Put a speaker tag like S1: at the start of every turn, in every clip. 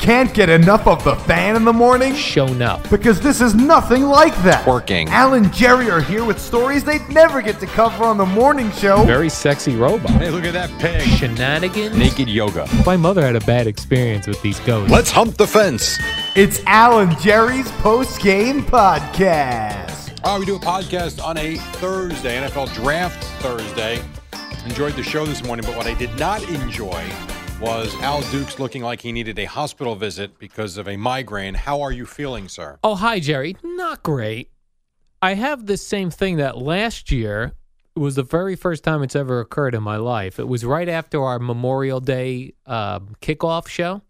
S1: Can't get enough of the fan in the morning?
S2: shown up.
S1: Because this is nothing like that.
S3: Working.
S1: Al and Jerry are here with stories they'd never get to cover on the morning show.
S2: Very sexy robot.
S3: Hey, look at that pig.
S2: Shenanigans.
S3: Naked yoga.
S2: My mother had a bad experience with these ghosts.
S3: Let's hump the fence.
S1: It's Al and Jerry's post game podcast.
S3: All right, we do a podcast on a Thursday, NFL Draft Thursday. Enjoyed the show this morning, but what I did not enjoy was Al Dukes looking like he needed a hospital visit because of a migraine. How are you feeling, sir?
S2: Oh, hi, Jerry. Not great. I have this same thing that last year was the very first time it's ever occurred in my life. It was right after our Memorial Day um, kickoff show,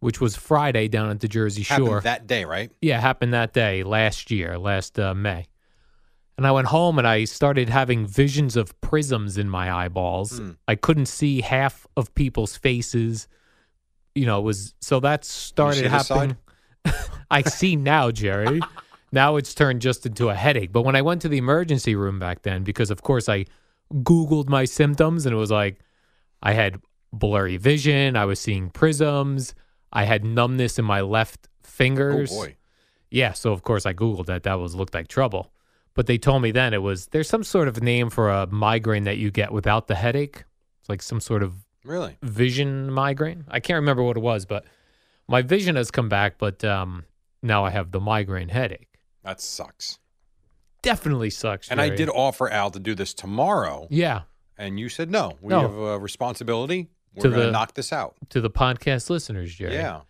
S2: which was Friday down at the Jersey
S3: Happened
S2: Shore.
S3: that day, right? Oh,
S2: yeah, happened that day last year, last uh, May. And I went home and I started having visions of prisms in my eyeballs.
S3: Hmm.
S2: I couldn't see half of people's faces. You know, it was so that started
S3: see this
S2: happening. I see now, Jerry. now it's turned just into a headache. But when I went to the emergency room back then, because of course I Googled my symptoms and it was like I had blurry vision, I was seeing prisms, I had numbness in my left
S3: Oh,
S2: fingers.
S3: boy.
S2: Yeah, so of course I googled that. That was looked like trouble. But they told me then it was there's some sort of name for a migraine that you get without the headache. It's like some sort of
S3: Really?
S2: vision migraine. I can't remember what it was, but my vision has come back, but um, now I have the migraine headache.
S3: That sucks.
S2: Definitely sucks.
S3: And I
S2: Jerry.
S3: did offer Al to do this tomorrow,
S2: Yeah,
S3: and you said no. We
S2: No.
S3: have a responsibility. We're
S2: To
S3: going to
S2: the-
S3: knock this out.
S2: to the podcast listeners, Jerry.
S3: Yeah.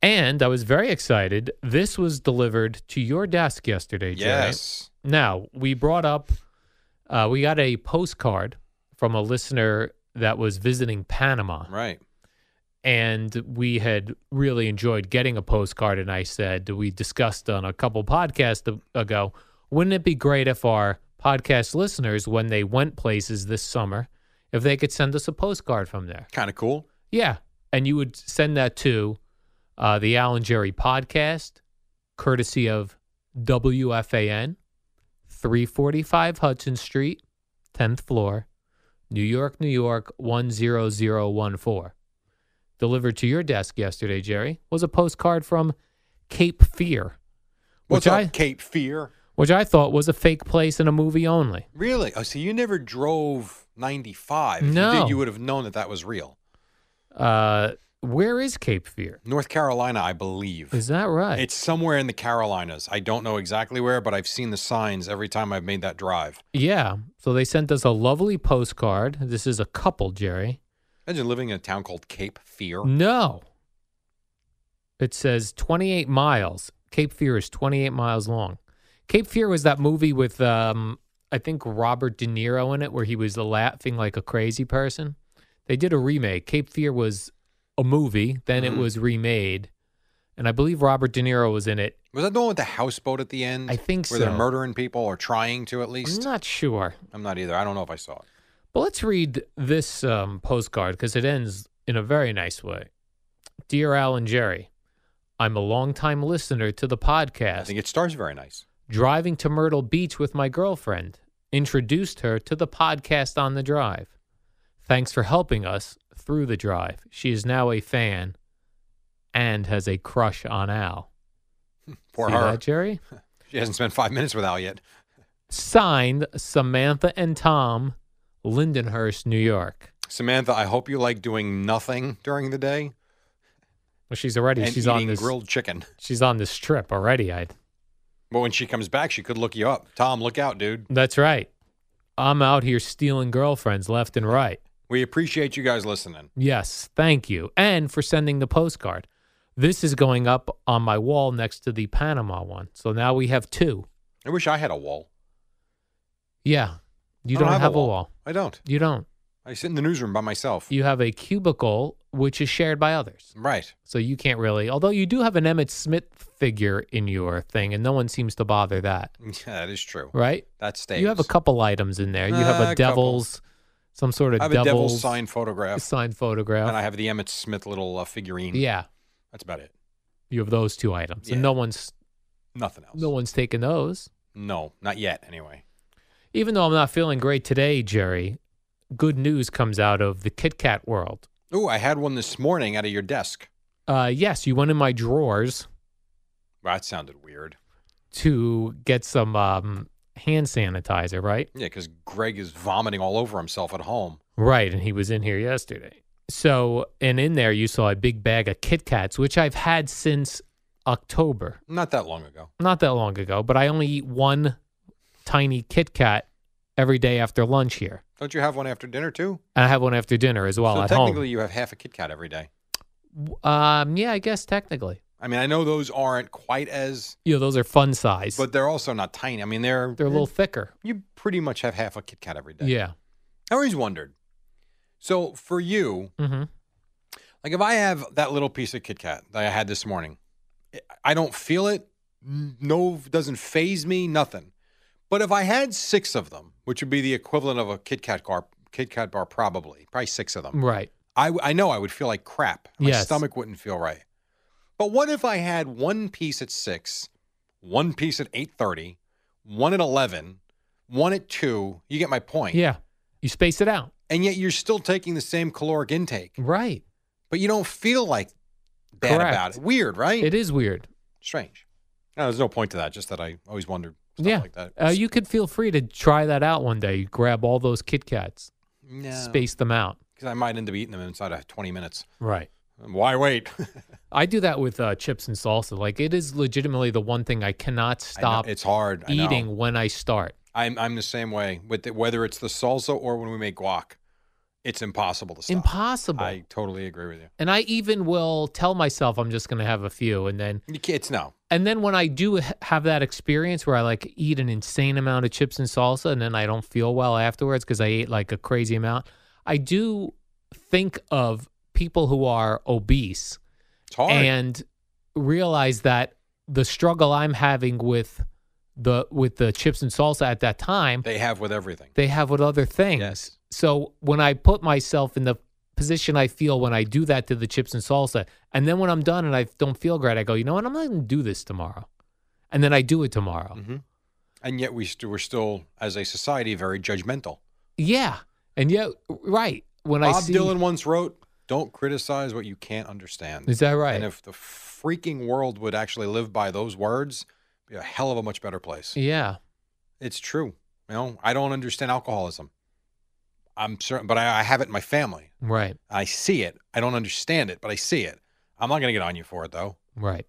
S2: And I was very excited. This was delivered to your desk yesterday, Jerry.
S3: Yes.
S2: Now, we brought up, uh, we got a postcard from a listener that was visiting Panama.
S3: Right.
S2: And we had really enjoyed getting a postcard. And I said, we discussed on a couple podcasts a- ago, wouldn't it be great if our podcast listeners, when they went places this summer, if they could send us a postcard from there?
S3: Kind of cool.
S2: Yeah. And you would send that to uh, the Alan Jerry podcast, courtesy of WFAN, 345 Hudson Street, 10th floor, New York, New York, 10014. Delivered to your desk yesterday, Jerry, was a postcard from Cape Fear,
S3: What's
S2: which
S3: up,
S2: I,
S3: Cape Fear?
S2: which I thought was a fake place in a movie only.
S3: Really? Oh, so you never drove 95. If You
S2: No.
S3: did, you would have known that that was real.
S2: Uh, where is Cape Fear?
S3: North Carolina, I believe.
S2: Is that right?
S3: It's somewhere in the Carolinas. I don't know exactly where, but I've seen the signs every time I've made that drive.
S2: Yeah. So they sent us a lovely postcard. This is a couple, Jerry.
S3: Imagine living in a town called Cape Fear.
S2: No. It says 28 miles. Cape Fear is 28 miles long. Cape Fear was that movie with, um, I think, Robert De Niro in it, where he was laughing like a crazy person. They did a remake. Cape Fear was a movie, then it was remade. And I believe Robert De Niro was in it.
S3: Was that the one with the houseboat at the end?
S2: I think
S3: where
S2: so.
S3: they're murdering people or trying to at least?
S2: I'm not sure.
S3: I'm not either. I don't know if I saw it.
S2: Well, let's read this um, postcard because it ends in a very nice way. Dear Al and Jerry, I'm a longtime listener to the
S3: I
S2: podcast.
S3: think it starts very nice.
S2: Driving to Myrtle Beach with my girlfriend, introduced her to the podcast on the drive. Thanks for helping us through the drive. She is now a fan and has a crush on Al.
S3: For
S2: See
S3: her.
S2: that, Jerry?
S3: She hasn't spent five minutes with Al yet.
S2: Signed Samantha and Tom, Lindenhurst, New York.
S3: Samantha, I hope you like doing nothing during the day
S2: Well, she's already
S3: and
S2: she's
S3: eating
S2: on this
S3: grilled chicken.
S2: she's on this trip already. I
S3: But when she comes back, she could look you up. Tom, look out, dude.
S2: that's right. I'm out here stealing girlfriends left and right.
S3: We appreciate you guys listening.
S2: Yes, thank you. And for sending the postcard. This is going up on my wall next to the Panama one. So now we have two.
S3: I wish I had a wall.
S2: Yeah. You
S3: I
S2: don't, have, a wall.
S3: I don't.
S2: You don't.
S3: I sit in the newsroom by myself.
S2: You have a cubicle which is shared by others.
S3: right.
S2: So you can't really, although you do have an Emmett Smith figure in your thing, and no one seems to bother that,
S3: Yeah, that is true.
S2: right?
S3: That stays.
S2: You have a couple items in there. You have
S3: Uh, a
S2: a
S3: couple.
S2: devil's, some sort of
S3: I have a
S2: devil's
S3: devil's sign photograph,
S2: signed photograph.
S3: and I have the Emmett Smith little uh, figurine.
S2: yeah,
S3: That's about it.
S2: you have those two items,
S3: Yeah.
S2: and no one's
S3: Nothing else.
S2: no one's taken those.
S3: No, not yet. Anyway.
S2: Even though I'm not feeling great today, Jerry, good news comes out of the Kit Kat world.
S3: Oh, I had one this morning out of your desk.
S2: Uh, yes, you went in my drawers
S3: Wow, that sounded weird.
S2: to get some um, hand sanitizer, right?
S3: Yeah, because Greg is vomiting all over himself at home.
S2: Right, and he was in here yesterday. So, and in there you saw a big bag of Kit Kats, which I've had since October,
S3: Not that long ago.
S2: not that long ago. But I only eat one tiny Kit Kat every day after lunch here,
S3: Don't you have one after dinner too?
S2: and I have one after dinner as well
S3: so
S2: at
S3: technically, you have half a Kit Kat every day.
S2: home. Um, yeah, I guess technically,
S3: I mean, I know those aren't quite as,
S2: you know, those are fun size,
S3: but they're also not tiny. I mean, they're
S2: they're a little thicker.
S3: You pretty much have half a Kit Kat every day.
S2: Yeah.
S3: I always wondered. So for you,
S2: Mm-hmm.
S3: like if I have that little piece of Kit Kat that I had this morning, I- I don't feel it. n- No, doesn't phase me. Nothing. But if I had six of them, which would be the equivalent of a Kit Kat bar, Kit Kat bar probably, probably six of them.
S2: Right.
S3: I, w- I know I would feel like crap. My
S2: Yes.
S3: stomach wouldn't feel right. But what if I had one piece at six, one piece at eight thirty, one at eleven, one at two? You get my point.
S2: Yeah. You space it out.
S3: And yet you're still taking the same caloric intake,
S2: Right.
S3: but you don't feel like bad
S2: Correct.
S3: about it. Weird, right?
S2: It is weird.
S3: Strange. No, there's no point to that. Just that I always wondered stuff
S2: yeah.
S3: like that.
S2: Uh, you could feel free to try that out one day. You grab all those Kit Kats,
S3: no,
S2: space them out.
S3: because I might end up eating them inside of 20 minutes.
S2: Right.
S3: Why wait?
S2: I do that with uh, chips and salsa. Like it is legitimately the one thing I cannot
S3: I know,
S2: stop
S3: it's hard. I know.
S2: eating when I start.
S3: I'm I'm the same way with the, whether it's the salsa or when we make guac, it's impossible to stop.
S2: Impossible.
S3: I totally agree with you.
S2: and I even will tell myself I'm just going to have a few, and then
S3: You can't, it's no.
S2: and then when I do h- have that experience where I like eat an insane amount of chips and salsa, and then I don't feel well afterwards because I ate like a crazy amount, I do think of people who are obese
S3: It's hard.
S2: and realize that the struggle I'm having with the with the chips and salsa at that time
S3: they have with everything.
S2: they have with other things.
S3: Yes.
S2: So when I put myself in the position I feel when I do that to the chips and salsa, and then when I'm done and I don't feel great, I go, you know what, I'm not going to do this tomorrow, and then I do it tomorrow.
S3: Mm. And yet we st- we're still, as a society, very judgmental.
S2: Yeah, and yet, right when I
S3: Bob
S2: see,
S3: Dylan once wrote, "Don't criticize what you can't understand."
S2: is that right?
S3: And if the freaking world would actually live by those words, it'd be a hell of a much better place.
S2: yeah,
S3: It's true. You know, I don't understand alcoholism. I'm certain, but I, I have it in my family.
S2: right,
S3: I see it. I don't understand it, but I see it. I'm not going to get on you for it, though.
S2: right.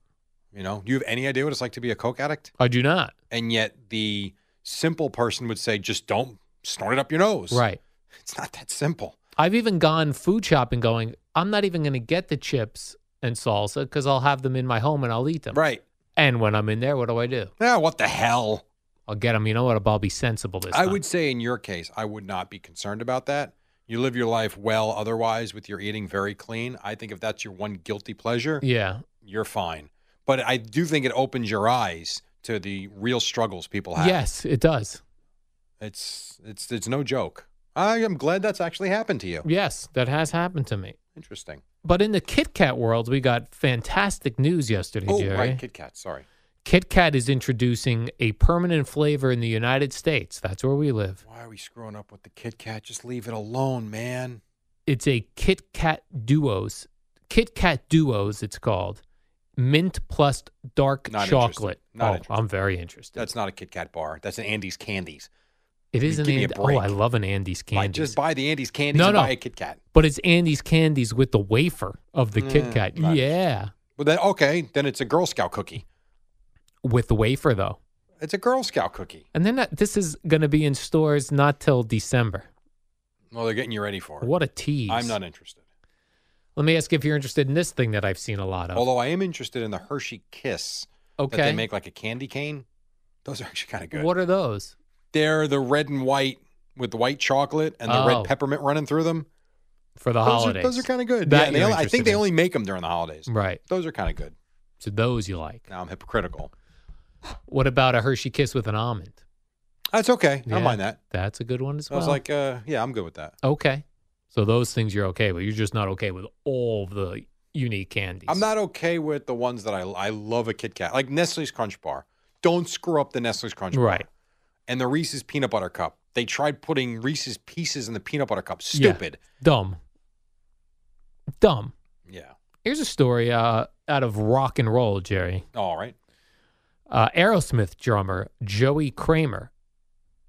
S3: You know, do you have any idea what it's like to be a coke addict?
S2: I do not.
S3: And yet, the simple person would say, just don't snort it up your nose.
S2: Right.
S3: It's not that simple.
S2: I've even gone food shopping, going, I'm not even going to get the chips and salsa because I'll have them in my home and I'll eat them.
S3: Right.
S2: And when I'm in there, what do I do?
S3: Yeah, what the hell?
S2: I'll get them. You know what? I'll be sensible this
S3: I
S2: time.
S3: would say in your case, I would not be concerned about that. You live your life well otherwise with your eating very clean. I think if that's your one guilty pleasure,
S2: Yeah.
S3: you're fine. But I do think it opens your eyes to the real struggles people have.
S2: Yes, it does.
S3: It's it's it's no joke. I am glad that's actually happened to you.
S2: Yes, that has happened to me.
S3: Interesting.
S2: But in the Kit Kat world, we got fantastic news yesterday,
S3: oh,
S2: Jerry.
S3: right, Kit Kat, sorry.
S2: Kit Kat is introducing a permanent flavor in the United States. That's where we live.
S3: Why are we screwing up with the Kit Kat? Just leave it alone, man.
S2: It's a Kit Kat Duos. Kit Kat Duos, it's called. Mint plus dark
S3: Not
S2: chocolate.
S3: interested. Not
S2: oh,
S3: interested.
S2: I'm very interested.
S3: That's not a Kit Kat bar. That's an Andy's Candies.
S2: It is
S3: Give
S2: an
S3: me a
S2: Andy-
S3: break.
S2: Oh, I love an Andy's
S3: Like,
S2: candy.
S3: just buy the Andy's Candies
S2: No,
S3: and
S2: no.
S3: buy a Kit Kat.
S2: but it's Andy's candies with the wafer of the Kit
S3: Mm,
S2: Kat.
S3: not
S2: Yeah,
S3: Well, then okay, then it's a Girl Scout cookie.
S2: with the wafer though.
S3: It's a Girl Scout cookie.
S2: And then that, this is going to be in stores not till December.
S3: Well, they're getting you ready for it.
S2: What a tease.
S3: I'm not interested.
S2: Let me ask if you're interested in this thing that I've seen a lot of.
S3: Although I am interested in the Hershey Kiss
S2: okay.
S3: that they make like a candy cane. Those are actually kind of good.
S2: What are those?
S3: They're the red and white with the white chocolate and the
S2: Oh.
S3: red peppermint running through them.
S2: For the
S3: those
S2: holidays.
S3: Are, those are kind of good.
S2: That
S3: yeah, and they
S2: you're
S3: only, I think
S2: interested
S3: they
S2: in.
S3: only make them during the holidays.
S2: Right.
S3: Those are kind of good.
S2: So those you like.
S3: Now I'm hypocritical.
S2: What about a Hershey kiss with an almond?
S3: That's okay. I
S2: Yeah,
S3: don't mind that.
S2: That's a good one as
S3: I
S2: well.
S3: was like, uh, yeah, I'm good with that.
S2: okay. So those things you're okay with. You're just not okay with all of the unique candies.
S3: I'm not okay with the ones that I I love a Kit Kat, like Nestle's Crunch Bar. Don't screw up the Nestle's Crunch Bar.
S2: Right.
S3: And the Reese's Peanut Butter Cup. They tried putting Reese's pieces in the peanut butter cup.
S2: Yeah.
S3: Stupid.
S2: Dumb. Dumb.
S3: Yeah.
S2: Here's a story uh, out of rock and roll, Jerry.
S3: All right.
S2: Uh, Aerosmith drummer Joey Kramer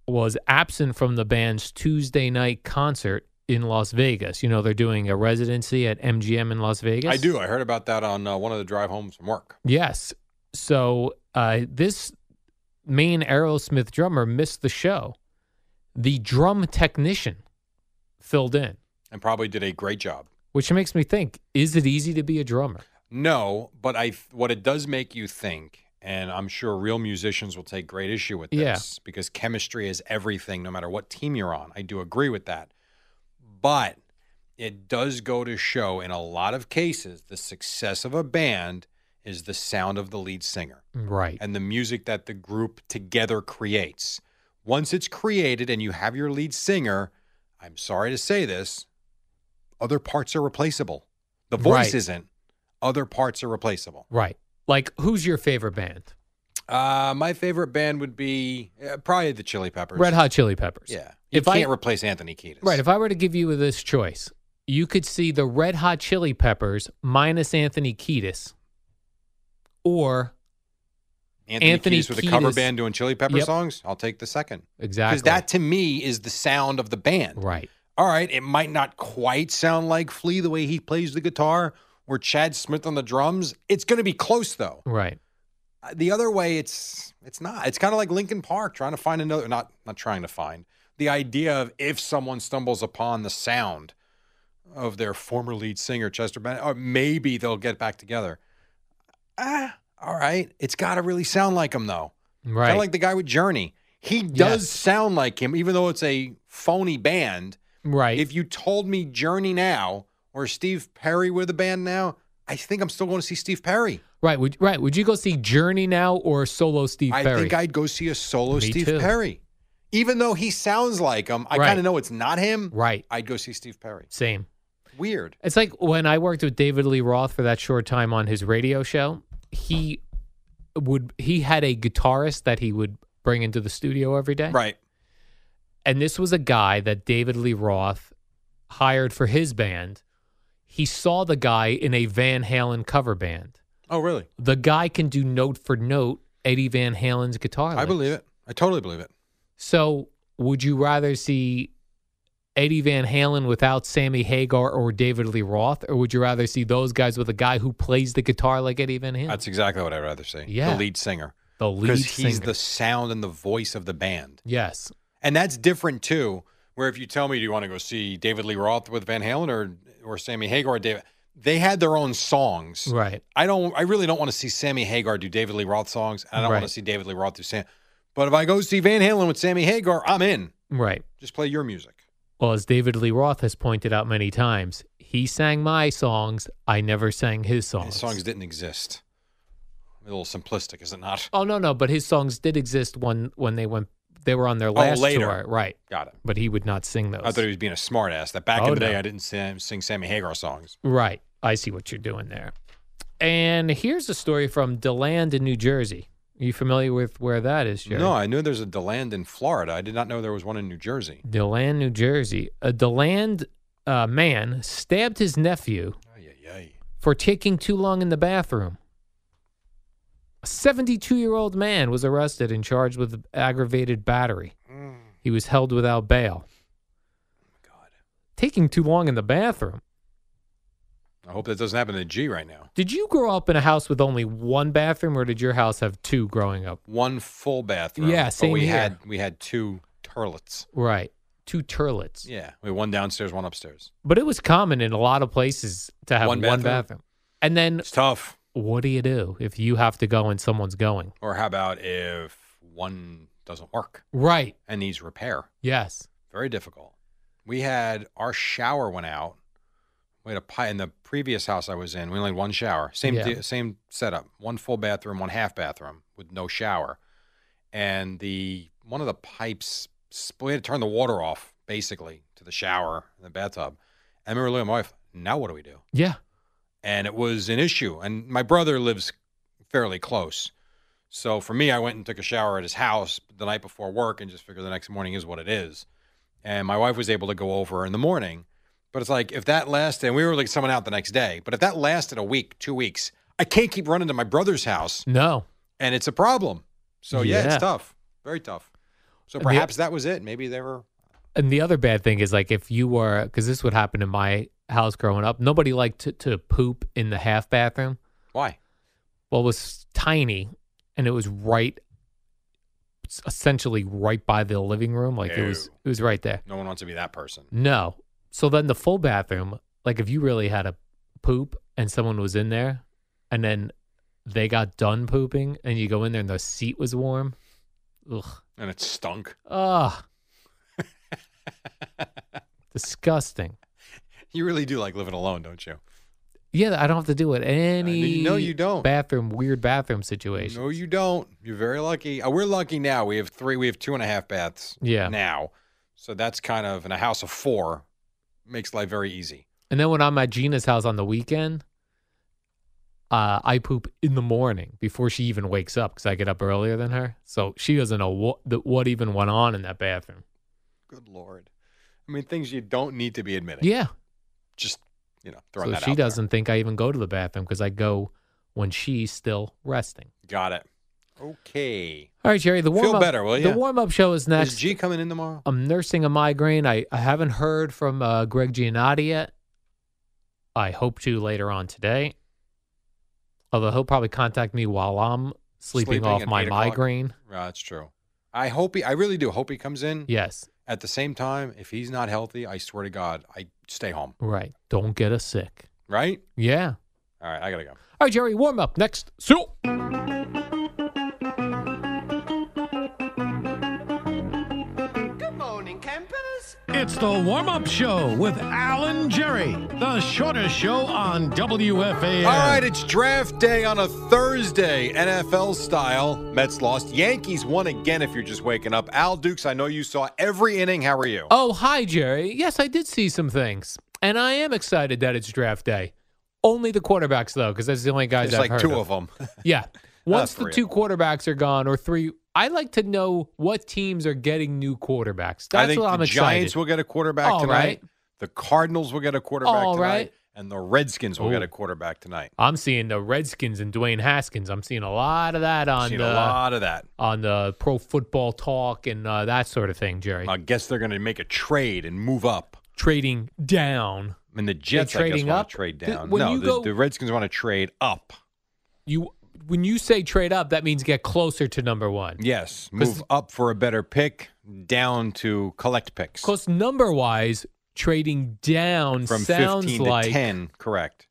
S2: was absent from the band's Tuesday night concert in Las Vegas. You know, they're doing a residency at MGM in Las Vegas.
S3: I do. I heard about that on uh, one of the drive homes from work.
S2: Yes. So uh, this main Aerosmith drummer missed the show. The drum technician filled in,
S3: and probably did a great job.
S2: which makes me think: Is it easy to be a drummer?
S3: No, but I what it does make you think, and I'm sure real musicians will take great issue with
S2: Yeah.
S3: this because chemistry is everything, no matter what team you're on. I do agree with that, but it does go to show in a lot of cases the success of a band is the sound of the lead singer
S2: Right.
S3: and the music that the group together creates. Once it's created and you have your lead singer, I'm sorry to say this, other parts are replaceable. The voice
S2: Right.
S3: isn't. Other parts are replaceable.
S2: Right. Like, who's your favorite band?
S3: Uh, my favorite band would be uh, probably the Chili Peppers.
S2: Red Hot Chili Peppers.
S3: Yeah. You
S2: If I
S3: can't replace Anthony Kiedis.
S2: right, if I were to give you this choice, you could see the Red Hot Chili Peppers minus Anthony Kiedis, or
S3: Anthony,
S2: Anthony
S3: Kiedis with a cover
S2: Kiedis-
S3: band doing Chili Pepper
S2: Yep.
S3: songs, I'll take the second.
S2: exactly
S3: Because that to me is the sound of the band.
S2: Right.
S3: all right, it might not quite sound like Flea the way he plays the guitar or Chad Smith on the drums. It's going to be close though.
S2: Right.
S3: Uh, The other way, it's it's not. It's kind of like Linkin Park trying to find another. Not not trying to find the idea of if someone stumbles upon the sound of their former lead singer Chester Bennett, or maybe they'll get back together. Ah, all right, it's got to really sound like him though.
S2: Right.
S3: Kind of like the guy with Journey. He does
S2: Yes.
S3: sound like him, even though it's a phony band.
S2: right.
S3: If you told me Journey now or Steve Perry with a band now, I think I'm still going to see Steve Perry.
S2: Right. Would right? Would you go see Journey now or solo Steve
S3: I
S2: Perry?
S3: think I'd go see a solo
S2: Me
S3: Steve
S2: too.
S3: Perry. Even though he sounds like him, I
S2: Right.
S3: kind of know it's not him.
S2: right.
S3: I'd go see Steve Perry.
S2: Same.
S3: Weird.
S2: It's like when I worked with David Lee Roth for that short time on his radio show. He would he had a guitarist that he would bring into the studio every day.
S3: Right.
S2: And this was a guy that David Lee Roth hired for his band. He saw the guy in a Van Halen cover band.
S3: Oh, really?
S2: The guy can do note for note Eddie Van Halen's guitar.
S3: I
S2: licks.
S3: believe it. I totally believe it.
S2: So, would you rather see Eddie Van Halen without Sammy Hagar or David Lee Roth, or would you rather see those guys with a guy who plays the guitar like Eddie Van Halen?
S3: That's exactly what I'd rather see.
S2: Yeah.
S3: The lead singer.
S2: the lead
S3: Because he's
S2: singer.
S3: the sound and the voice of the band.
S2: yes,
S3: And that's different too. Where if you tell me, do you want to go see David Lee Roth with Van Halen or or Sammy Hagar? Or David, they had their own songs.
S2: right,
S3: I don't. I really don't want to see Sammy Hagar do David Lee Roth songs. I don't want
S2: Right.
S3: to see David Lee Roth do Sam. But if I go see Van Halen with Sammy Hagar, I'm in.
S2: right.
S3: Just play your music.
S2: Well, as David Lee Roth has pointed out many times, he sang my songs. I never sang his songs.
S3: His songs didn't exist. A little simplistic, is it not?
S2: oh no, no, but his songs did exist when when they went. They were on their last
S3: Oh, later.
S2: tour, right?
S3: Got it.
S2: But he would not sing those.
S3: I thought he was being a smartass. That back
S2: Oh,
S3: in the day,
S2: no.
S3: I didn't sing, sing Sammy Hagar songs.
S2: Right. I see what you're doing there. And here's a story from DeLand in New Jersey. Are you familiar with where that is, Jerry?
S3: No, I knew there's a Deland in Florida. I did not know there was one in New Jersey.
S2: DeLand, New Jersey. A DeLand uh, man stabbed his nephew
S3: Ay, ay, ay.
S2: for taking too long in the bathroom. A 72 year old man was arrested and charged with aggravated battery. He was held without bail. Taking too long in the bathroom.
S3: I hope that doesn't happen to G right now.
S2: Did you grow up in a house with only one bathroom, or did your house have two growing up?
S3: One full bathroom.
S2: Yeah,
S3: but
S2: same
S3: we
S2: here.
S3: had we had two turlets.
S2: Right. two turlets.
S3: Yeah, we had one downstairs, one upstairs.
S2: But it was common in a lot of places to have
S3: One
S2: one
S3: bathroom?
S2: bathroom. And then
S3: It's tough.
S2: what do you do if you have to go and someone's going?
S3: Or how about if one doesn't work
S2: Right.
S3: and needs repair?
S2: Yes.
S3: Very difficult. We had our shower went out. We had a pi in the previous house I was in. We only had one shower. Same
S2: Yeah.
S3: de- same setup. One full bathroom, one half bathroom with no shower. And the one of the pipes s- we had to turn the water off basically to the shower and the bathtub. And we were looking at my wife, now what do we do?
S2: Yeah.
S3: and it was an issue. And my brother lives fairly close. So for me, I went and took a shower at his house the night before work and just figured the next morning is what it is. And my wife was able to go over in the morning. But it's like, if that lasted, and we were like someone out the next day, but if that lasted a week, two weeks, I can't keep running to my brother's house
S2: No.
S3: and it's a problem. So yeah,
S2: Yeah.
S3: it's tough, very tough. So
S2: The-
S3: perhaps that was it. Maybe they were,
S2: And the other bad thing is like if you were because this would happen in my house growing up, nobody liked to, to poop in the half bathroom.
S3: why?
S2: Well, it was tiny, and it was right, essentially right by the living room. Like it was,
S3: Ew.
S2: it was right there.
S3: No one wants to be that person.
S2: No, so then the full bathroom, like if you really had a poop and someone was in there, and then they got done pooping, and you go in there and the seat was warm. Ugh.
S3: And it stunk.
S2: Ah. Disgusting.
S3: You really do like living alone, don't you?
S2: Yeah, I don't have to do it. Any
S3: no, you don't.
S2: bathroom weird bathroom situation.
S3: No, you don't. You're very lucky. Uh, We're lucky now. We have three. We have two and a half baths.
S2: Yeah.
S3: Now, so that's kind of in a house of four, makes life very easy.
S2: And then when I'm at Gina's house on the weekend, uh, I poop in the morning before she even wakes up because I get up earlier than her. So she doesn't know what the, what even went on in that bathroom.
S3: Good lord. I mean, things you don't need to be admitting.
S2: Yeah.
S3: Just you know, throwing
S2: So
S3: that
S2: she
S3: out there.
S2: doesn't think I even go to the bathroom because I go when she's still resting.
S3: Got it. Okay.
S2: All right, Jerry. The
S3: Feel
S2: warm up.
S3: better, will ya?
S2: The warm up show is next.
S3: Is G coming in tomorrow?
S2: I'm nursing a migraine. I, I haven't heard from uh, Greg Giannotti yet. I hope to later on today. Although he'll probably contact me while I'm sleeping,
S3: Sleeping
S2: off
S3: at
S2: my
S3: 8 o'clock?
S2: migraine.
S3: Uh, that's true. I hope he. I really do hope he comes in.
S2: Yes,
S3: At the same time, if he's not healthy, I swear to God, I stay home.
S2: right. Don't get us sick.
S3: Right.
S2: Yeah.
S3: All right. I gotta go.
S2: All right, Jerry, warm up next. So,
S4: It's the warm up show with Alan Jerry, the shortest show on WFAN.
S3: All right, it's draft day on a Thursday, NFL style. Mets lost. Yankees won again if you're just waking up. Al Dukes, I know you saw every inning. How are you?
S2: oh, hi, Jerry. Yes, I did see some things, and I am excited that it's draft day. Only the quarterbacks, though, because that's the only guys
S3: There's
S2: I've
S3: like
S2: heard
S3: two of them.
S2: Yeah.
S3: Oh,
S2: Once the
S3: three.
S2: two quarterbacks are gone or three, I like to know what teams are getting new quarterbacks. That's
S3: I think
S2: what I'm
S3: the Giants
S2: excited.
S3: will get a quarterback
S2: All
S3: tonight.
S2: right.
S3: The Cardinals will get a quarterback
S2: All
S3: tonight.
S2: right.
S3: And the Redskins will
S2: Ooh.
S3: get a quarterback tonight.
S2: I'm seeing the Redskins and Dwayne Haskins. I'm seeing a lot of that on
S3: Seen
S2: the
S3: a lot of that.
S2: on the Pro Football Talk and uh, that sort of thing, Jerry.
S3: I guess they're going to make a trade and move up.
S2: Trading down,
S3: I mean, the Jets, I guess,
S2: trading
S3: want
S2: up?
S3: to trade
S2: Th-
S3: down.
S2: when
S3: no,
S2: you
S3: the,
S2: go-
S3: the Redskins want to trade up.
S2: you when you say trade up, that means get closer to number one.
S3: Yes,
S2: 'Cause-
S3: move up for a better pick, down to collect picks.
S2: Because number wise, trading down
S3: from
S2: sounds
S3: 15
S2: like
S3: to 10 correct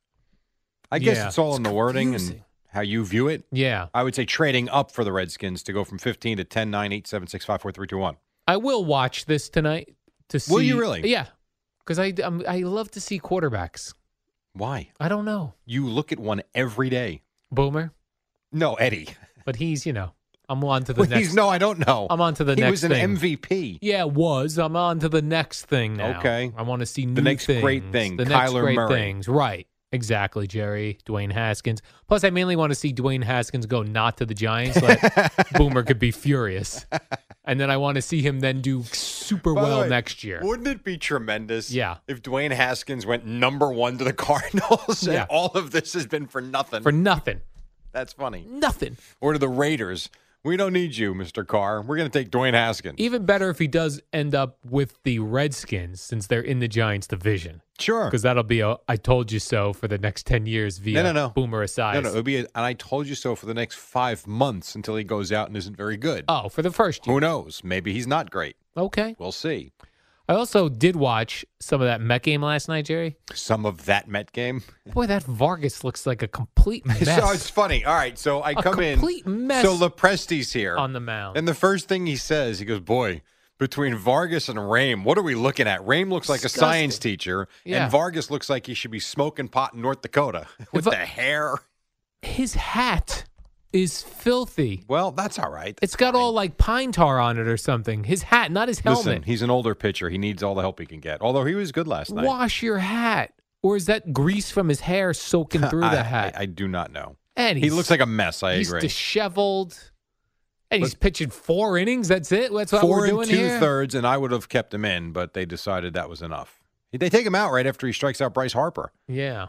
S3: i guess
S2: Yeah.
S3: it's all
S2: It's
S3: in the wording and
S2: confusing.
S3: how you view it
S2: yeah.
S3: i would say trading up for the redskins to go from 15 to 10 9 8 7 6 5 4 3 2 1
S2: I will watch this tonight to see.
S3: Will you really?
S2: Yeah, because I I'm, I love to see quarterbacks.
S3: why
S2: I don't know,
S3: you look at one every day
S2: Boomer,
S3: no eddie
S2: but he's you know I'm on to the
S3: Well,
S2: next.
S3: he's no i don't know
S2: I'm on to the
S3: he
S2: next
S3: was an
S2: thing.
S3: mvp
S2: Yeah, was I'm on to the next thing now.
S3: Okay.
S2: I want to see new
S3: next great
S2: things,
S3: thing,
S2: The next
S3: Kyler
S2: great
S3: Murray.
S2: things, right? Exactly, Jerry, Dwayne Haskins. Plus, I mainly want to see Dwayne Haskins go not to the Giants. so that Boomer could be furious, and then I want to see him then do super
S3: By the
S2: well
S3: way,
S2: next year.
S3: Wouldn't it be tremendous?
S2: Yeah.
S3: If Dwayne Haskins went number one to the Cardinals and
S2: Yeah.
S3: all of this has been for nothing.
S2: for nothing,
S3: That's funny.
S2: nothing.
S3: Or to the Raiders. We don't need you, Mr. Carr. We're going to take Dwayne Haskins.
S2: Even better if he does end up with the Redskins since they're in the Giants division.
S3: Sure.
S2: Because that'll be a I told you so for the next 10 years via
S3: no, no.
S2: Boomer Esiason.
S3: No, no, it'll be. A, and I told you so for the next five months until he goes out and isn't very good.
S2: Oh, for the first year.
S3: Who knows? Maybe he's not great.
S2: Okay.
S3: We'll see.
S2: I also did watch some of that Met game last night, Jerry.
S3: Some of that Met game.
S2: Boy, that Vargas looks like a complete mess
S3: so it's funny. All right, so I
S2: A
S3: come in.
S2: complete mess
S3: So Lepresti's here,
S2: on the mound.
S3: and the first thing he says, he goes, "Boy, between Vargas and Rame, what are we looking at? Rame looks like
S2: Disgusting.
S3: a science teacher,
S2: Yeah.
S3: and Vargas looks like he should be smoking pot in North Dakota with
S2: If I-
S3: the hair.
S2: His hat is filthy.
S3: Well, that's all right.
S2: It's got all like pine tar on it or something. His hat, not his helmet.
S3: Listen, he's an older pitcher. He needs all the help he can get. Although he was good last night.
S2: Wash your hat. Or is that grease from his hair soaking through
S3: Uh, I-
S2: the hat?
S3: I, I do not know.
S2: and
S3: He looks like a mess. I
S2: he's
S3: agree.
S2: disheveled. And he's
S3: Look-
S2: pitching four innings. That's it. That's what
S3: Four
S2: we're doing
S3: and two
S2: here.
S3: thirds, and I would have kept him in, but they decided that was enough. They take him out right after he strikes out Bryce Harper.
S2: Yeah.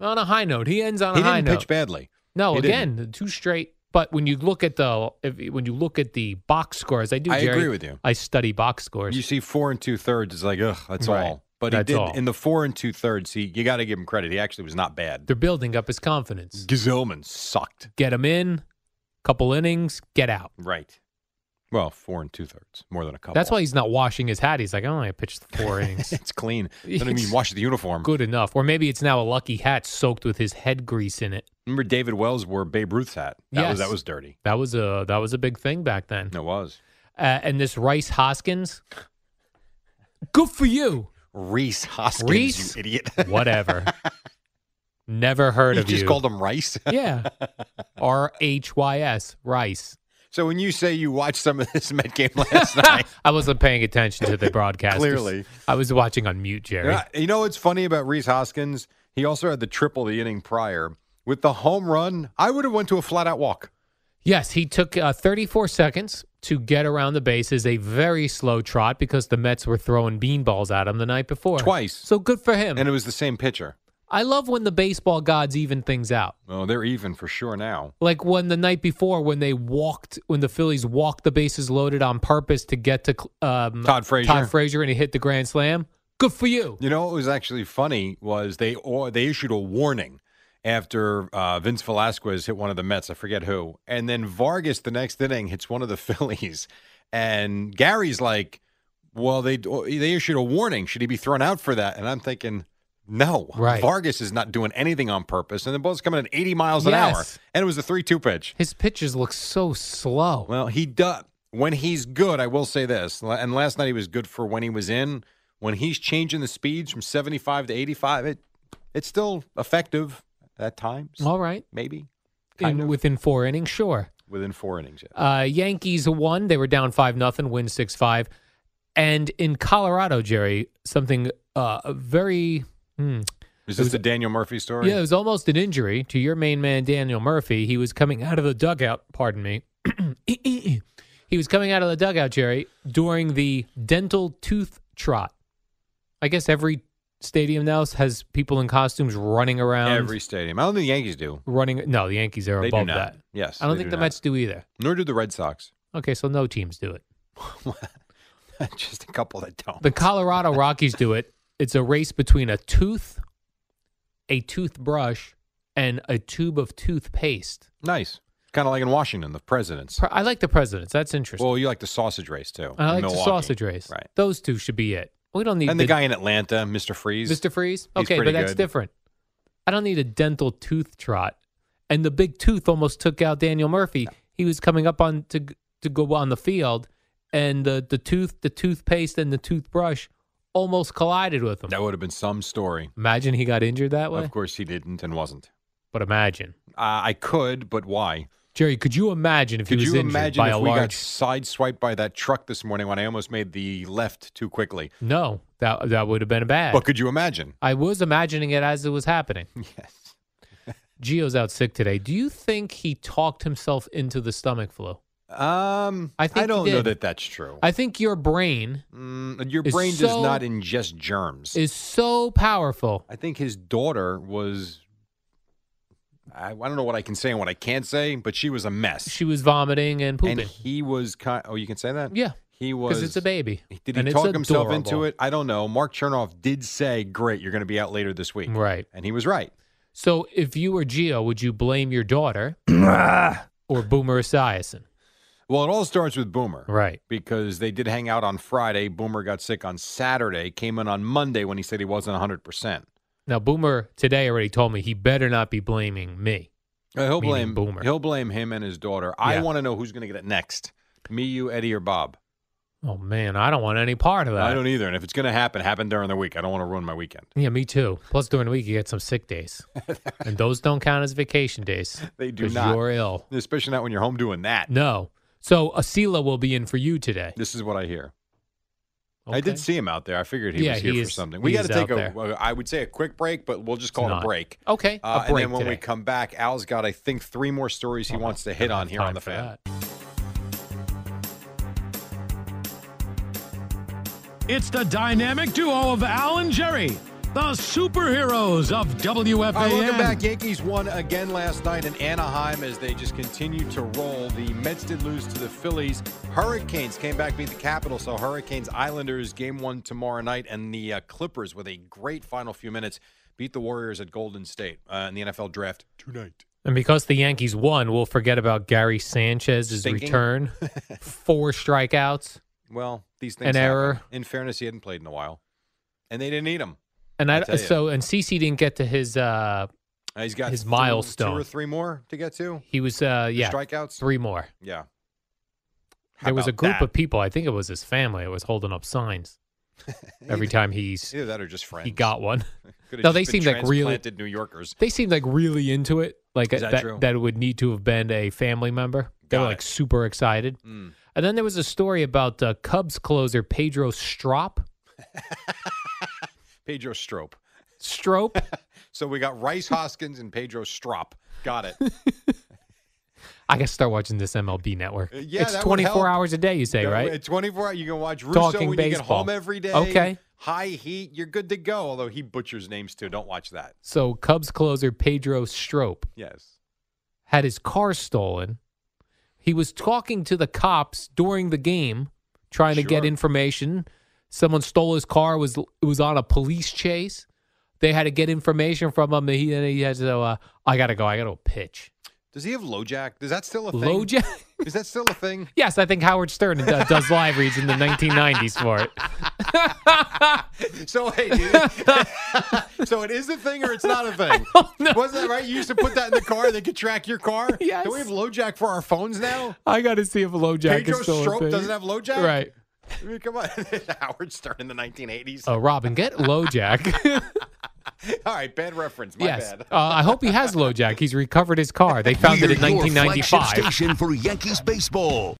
S2: On a high note, he ends on
S3: he
S2: a high
S3: didn't
S2: note.
S3: pitch badly.
S2: No,
S3: He
S2: again, the two straight. But when you look at the if, when you look at the box scores, I do.
S3: I
S2: Jerry,
S3: agree with you.
S2: I study box scores.
S3: You see four and two thirds, it's like, ugh, that's
S2: Right.
S3: all. But he
S2: That's
S3: did
S2: all.
S3: in the four and two thirds. He you got to give him credit. He actually was not bad.
S2: They're building up his confidence.
S3: Gazelman sucked.
S2: Get him in, couple innings, get out.
S3: Right. Well, four and two thirds, more than a couple.
S2: That's why he's not washing his hat. He's like, oh, I pitched four innings.
S3: it's clean. I don't
S2: It's
S3: even wash the uniform.
S2: Good enough. Or maybe it's now a lucky hat soaked with his head grease in it.
S3: Remember David Wells wore Babe Ruth's hat. That was
S2: Yes.
S3: that was dirty.
S2: That was a that was a big thing back then.
S3: It was.
S2: Uh, and this Rice Hoskins, good for you.
S3: Reese Hoskins,
S2: Reese?
S3: you idiot.
S2: Whatever. Never heard
S3: you
S2: of
S3: just
S2: you.
S3: called him Rice.
S2: yeah. R H Y S Rice.
S3: So when you say you watched some of this Met game last night,
S2: I wasn't paying attention to the broadcast.
S3: Clearly.
S2: I was watching on mute, Jerry.
S3: you know what's funny about Reese Hoskins? He also had the triple the inning prior with the home run. I would have went to a flat out walk.
S2: Yes, he took uh, 34 seconds to get around the bases, a very slow trot because the Mets were throwing beanballs at him the night before.
S3: Twice.
S2: So good for him.
S3: And it was the same pitcher.
S2: I love when the baseball gods even things out.
S3: Oh, they're even for sure now.
S2: Like when the night before, when they walked, when the Phillies walked the bases loaded on purpose to get to cl- um,
S3: Todd Frazier.
S2: Todd Frazier, and he hit the grand slam. Good for you.
S3: You know what was actually funny was they or they issued a warning after uh, Vince Velasquez hit one of the Mets, I forget who, and then Vargas the next inning hits one of the Phillies, and Gary's like, "Well, they they issued a warning. Should he be thrown out for that?" And I'm thinking. No,
S2: Right.
S3: Vargas is not doing anything on purpose, and the ball's coming at 80 miles an hour,
S2: Yes.
S3: and it was a three-two pitch.
S2: His pitches look so slow.
S3: Well, he does. When he's good, I will say this. la- And last night he was good for when he was in. When he's changing the speeds from 75 to 85, it it's still effective at times,
S2: All right.
S3: maybe. Kind
S2: In,
S3: of.
S2: within four innings, sure.
S3: Within four innings. Yeah.
S2: Uh, Yankees won. They were down five nothing. Win six five. And in Colorado, Jerry, something uh, very hmm,
S3: Is this the Daniel Murphy story?
S2: yeah, it was almost an injury to your main man Daniel Murphy. He was coming out of the dugout. Pardon me. he was coming out of the dugout, Jerry, during the dental tooth trot. I guess every stadium now has people in costumes running around.
S3: Every stadium. I don't think the Yankees do.
S2: running. No, the Yankees are
S3: They do
S2: above
S3: not.
S2: that.
S3: Yes,
S2: I don't
S3: they
S2: think
S3: do
S2: the
S3: not.
S2: Mets do either.
S3: Nor do the Red Sox.
S2: Okay, so no teams do it.
S3: Just a couple that don't.
S2: The Colorado Rockies do it. It's a race between a tooth, a toothbrush, and a tube of toothpaste.
S3: nice. Kind of like in Washington, the presidents.
S2: Pre- I like the presidents. That's interesting.
S3: Well, you like the sausage race too.
S2: I
S3: in
S2: like the
S3: Milwaukee.
S2: sausage race.
S3: Right.
S2: Those two should be it. We don't need
S3: And the guy in Atlanta, Mr. Freeze.
S2: Mr. Freeze. Okay,
S3: pretty
S2: but that's
S3: good.
S2: different. I don't need a dental tooth trot. And the big tooth almost took out Daniel Murphy. He was coming up on to g- to go on the field, and the the tooth, the toothpaste, and the toothbrush almost collided with him.
S3: That would have been some story.
S2: Imagine he got injured that way.
S3: Of course, he didn't and wasn't.
S2: But imagine,
S3: Uh, I could, but why?
S2: Jerry, could you imagine if
S3: Could
S2: he was
S3: you
S2: injured
S3: imagine
S2: by
S3: if
S2: a
S3: we got
S2: large?
S3: sideswiped by that truck this morning when I almost made the left too quickly?
S2: No, that that would have been bad.
S3: But could you imagine?
S2: I was imagining it as it was happening.
S3: Yes.
S2: Gio's out sick today. Do you think he talked himself into the stomach flu?
S3: Um,
S2: I
S3: I,
S2: think he
S3: don't know
S2: did.
S3: that that's true.
S2: I think your brain
S3: Mm, your
S2: Is
S3: brain does
S2: so-
S3: not ingest germs.
S2: is so powerful.
S3: I think his daughter was. I, I don't know what I can say and what I can't say, but she was a mess.
S2: She was vomiting and
S3: and
S2: pooping.
S3: he was kind. Oh, you can say that.
S2: yeah,
S3: He was
S2: because it's a baby.
S3: Did he
S2: and it's
S3: talk himself into
S2: adorable.
S3: it? I don't know. Mark Chernoff did say, "Great, you're going to be out later this week,"
S2: Right.
S3: and he was right.
S2: So
S3: Ah.
S2: if you were Gio, would you blame your daughter or Boomer Esiason?
S3: Well, it all starts with Boomer.
S2: Right.
S3: Because they did hang out on Friday. Boomer got sick on Saturday, came in on Monday when he said he wasn't 100%.
S2: Now, Boomer today already told me he better not be blaming me.
S3: Uh, he'll
S2: Meaning
S3: blame
S2: Boomer.
S3: He'll blame him and his daughter. I
S2: Yeah.
S3: want to know who's going to get it next. Me, you, Eddie, or Bob.
S2: Oh man, I don't want any part of that.
S3: I don't e-, either. And if it's going to happen, happen during the week. I don't want to ruin my weekend.
S2: Yeah, me too. Plus, during the week you get some sick days, and those don't count as vacation days.
S3: They do
S2: 'cause
S3: not.
S2: You're ill.
S3: Especially not when you're home doing that.
S2: No. So Asila will be in for you today.
S3: This is what I hear. I did
S2: Okay?
S3: see him out there. I figured he
S2: Yeah,
S3: was here
S2: he
S3: for
S2: is-
S3: something. We
S2: he
S3: got to
S2: is
S3: take
S2: out
S3: a, uh, I would say a quick break, but we'll just call
S2: It's
S3: it
S2: not.
S3: a break.
S2: Okay,
S3: Uh,
S2: a break
S3: and then when we
S2: today.
S3: come back, Al's got, I think, three more stories he
S2: Hold on.
S3: wants to hit
S2: Don't
S3: on
S2: have
S3: here on
S2: time
S3: the
S2: for
S3: fan.
S2: that.
S4: It's the dynamic duo of Al and Jerry, the superheroes of WFAN.
S3: All right, welcome back. Yankees won again last night in Anaheim as they just continue to roll. The Mets did lose to the Phillies. Hurricanes came back, beat the Capitals. So Hurricanes Islanders game one tomorrow night, and the uh, Clippers with a great final few minutes beat the Warriors at Golden State uh, in the NFL draft tonight.
S2: And because the Yankees won, we'll forget about Gary Sanchez's
S3: Stinking.
S2: return. Four strikeouts.
S3: Well, these
S2: An
S3: things happen.
S2: error.
S3: In fairness, he hadn't played in a while, and they didn't need him.
S2: And I,
S3: I tell ya.
S2: so and CC didn't get to his uh
S3: Uh, he's got
S2: His
S3: th- two,
S2: milestone.
S3: two or three more to get to.
S2: he was uh yeah,
S3: strikeouts.
S2: three more.
S3: Yeah, How
S2: There was a
S3: about
S2: group
S3: that?
S2: of people, I think it was his family, that was holding up signs every time he's
S3: either that or just friends.
S2: he got one.
S3: Could
S2: No,
S3: have just
S2: they
S3: been
S2: seemed like really-
S3: transplanted New Yorkers.
S2: They seemed like really into it. Like
S3: Is
S2: uh,
S3: that
S2: that,
S3: true?
S2: that, would need to have been a family member. They
S3: Got
S2: were
S3: it.
S2: like super excited.
S3: Mm.
S2: And then there was a story about uh, Cubs closer Pedro Strop.
S3: Pedro Strop.
S2: Strope.
S3: So we got Rice Hoskins and Pedro Strop. Got it.
S2: I gotta start watching this MLB network.
S3: Uh, yeah,
S2: it's
S3: that would
S2: 24
S3: help.
S2: hours a day. You say
S3: You know,
S2: right?
S3: At 24 hours, you can watch Russo
S2: Talking
S3: when you get
S2: baseball.
S3: home every day.
S2: Okay.
S3: High heat. You're good to go. Although he butchers names too. Don't watch that.
S2: so Cubs closer Pedro Strop
S3: Yes.
S2: had his car stolen. He was talking to the cops during the game, trying to get
S3: Sure.
S2: information. Someone stole his car. Was it was on a police chase? They had to get information from him. He and he had to. Uh, I gotta go. I gotta go pitch.
S3: Does he have LoJack? Is that still a thing?
S2: Low jack.
S3: Is that still a thing?
S2: Yes, I think Howard Stern uh, does live reads in the 1990s for it.
S3: So hey, dude. so it is a thing or it's not a thing. Wasn't that right? You used to put that in the car. They could track your car.
S2: Yes.
S3: Do we have LoJack for our phones now?
S2: I got to see if low jack
S3: Pedro
S2: is still a
S3: Strop
S2: thing.
S3: doesn't have LoJack.
S2: right.
S3: I mean, come on, Howard Stern in the 1980s.
S2: Uh, Robin, get low jack.
S3: All right, bad reference. My
S2: yes.
S3: bad.
S2: Uh, I hope he has low jack. He's recovered his car. They found it in
S5: We're your flagship
S2: 1995.
S5: Station for Yankees baseball.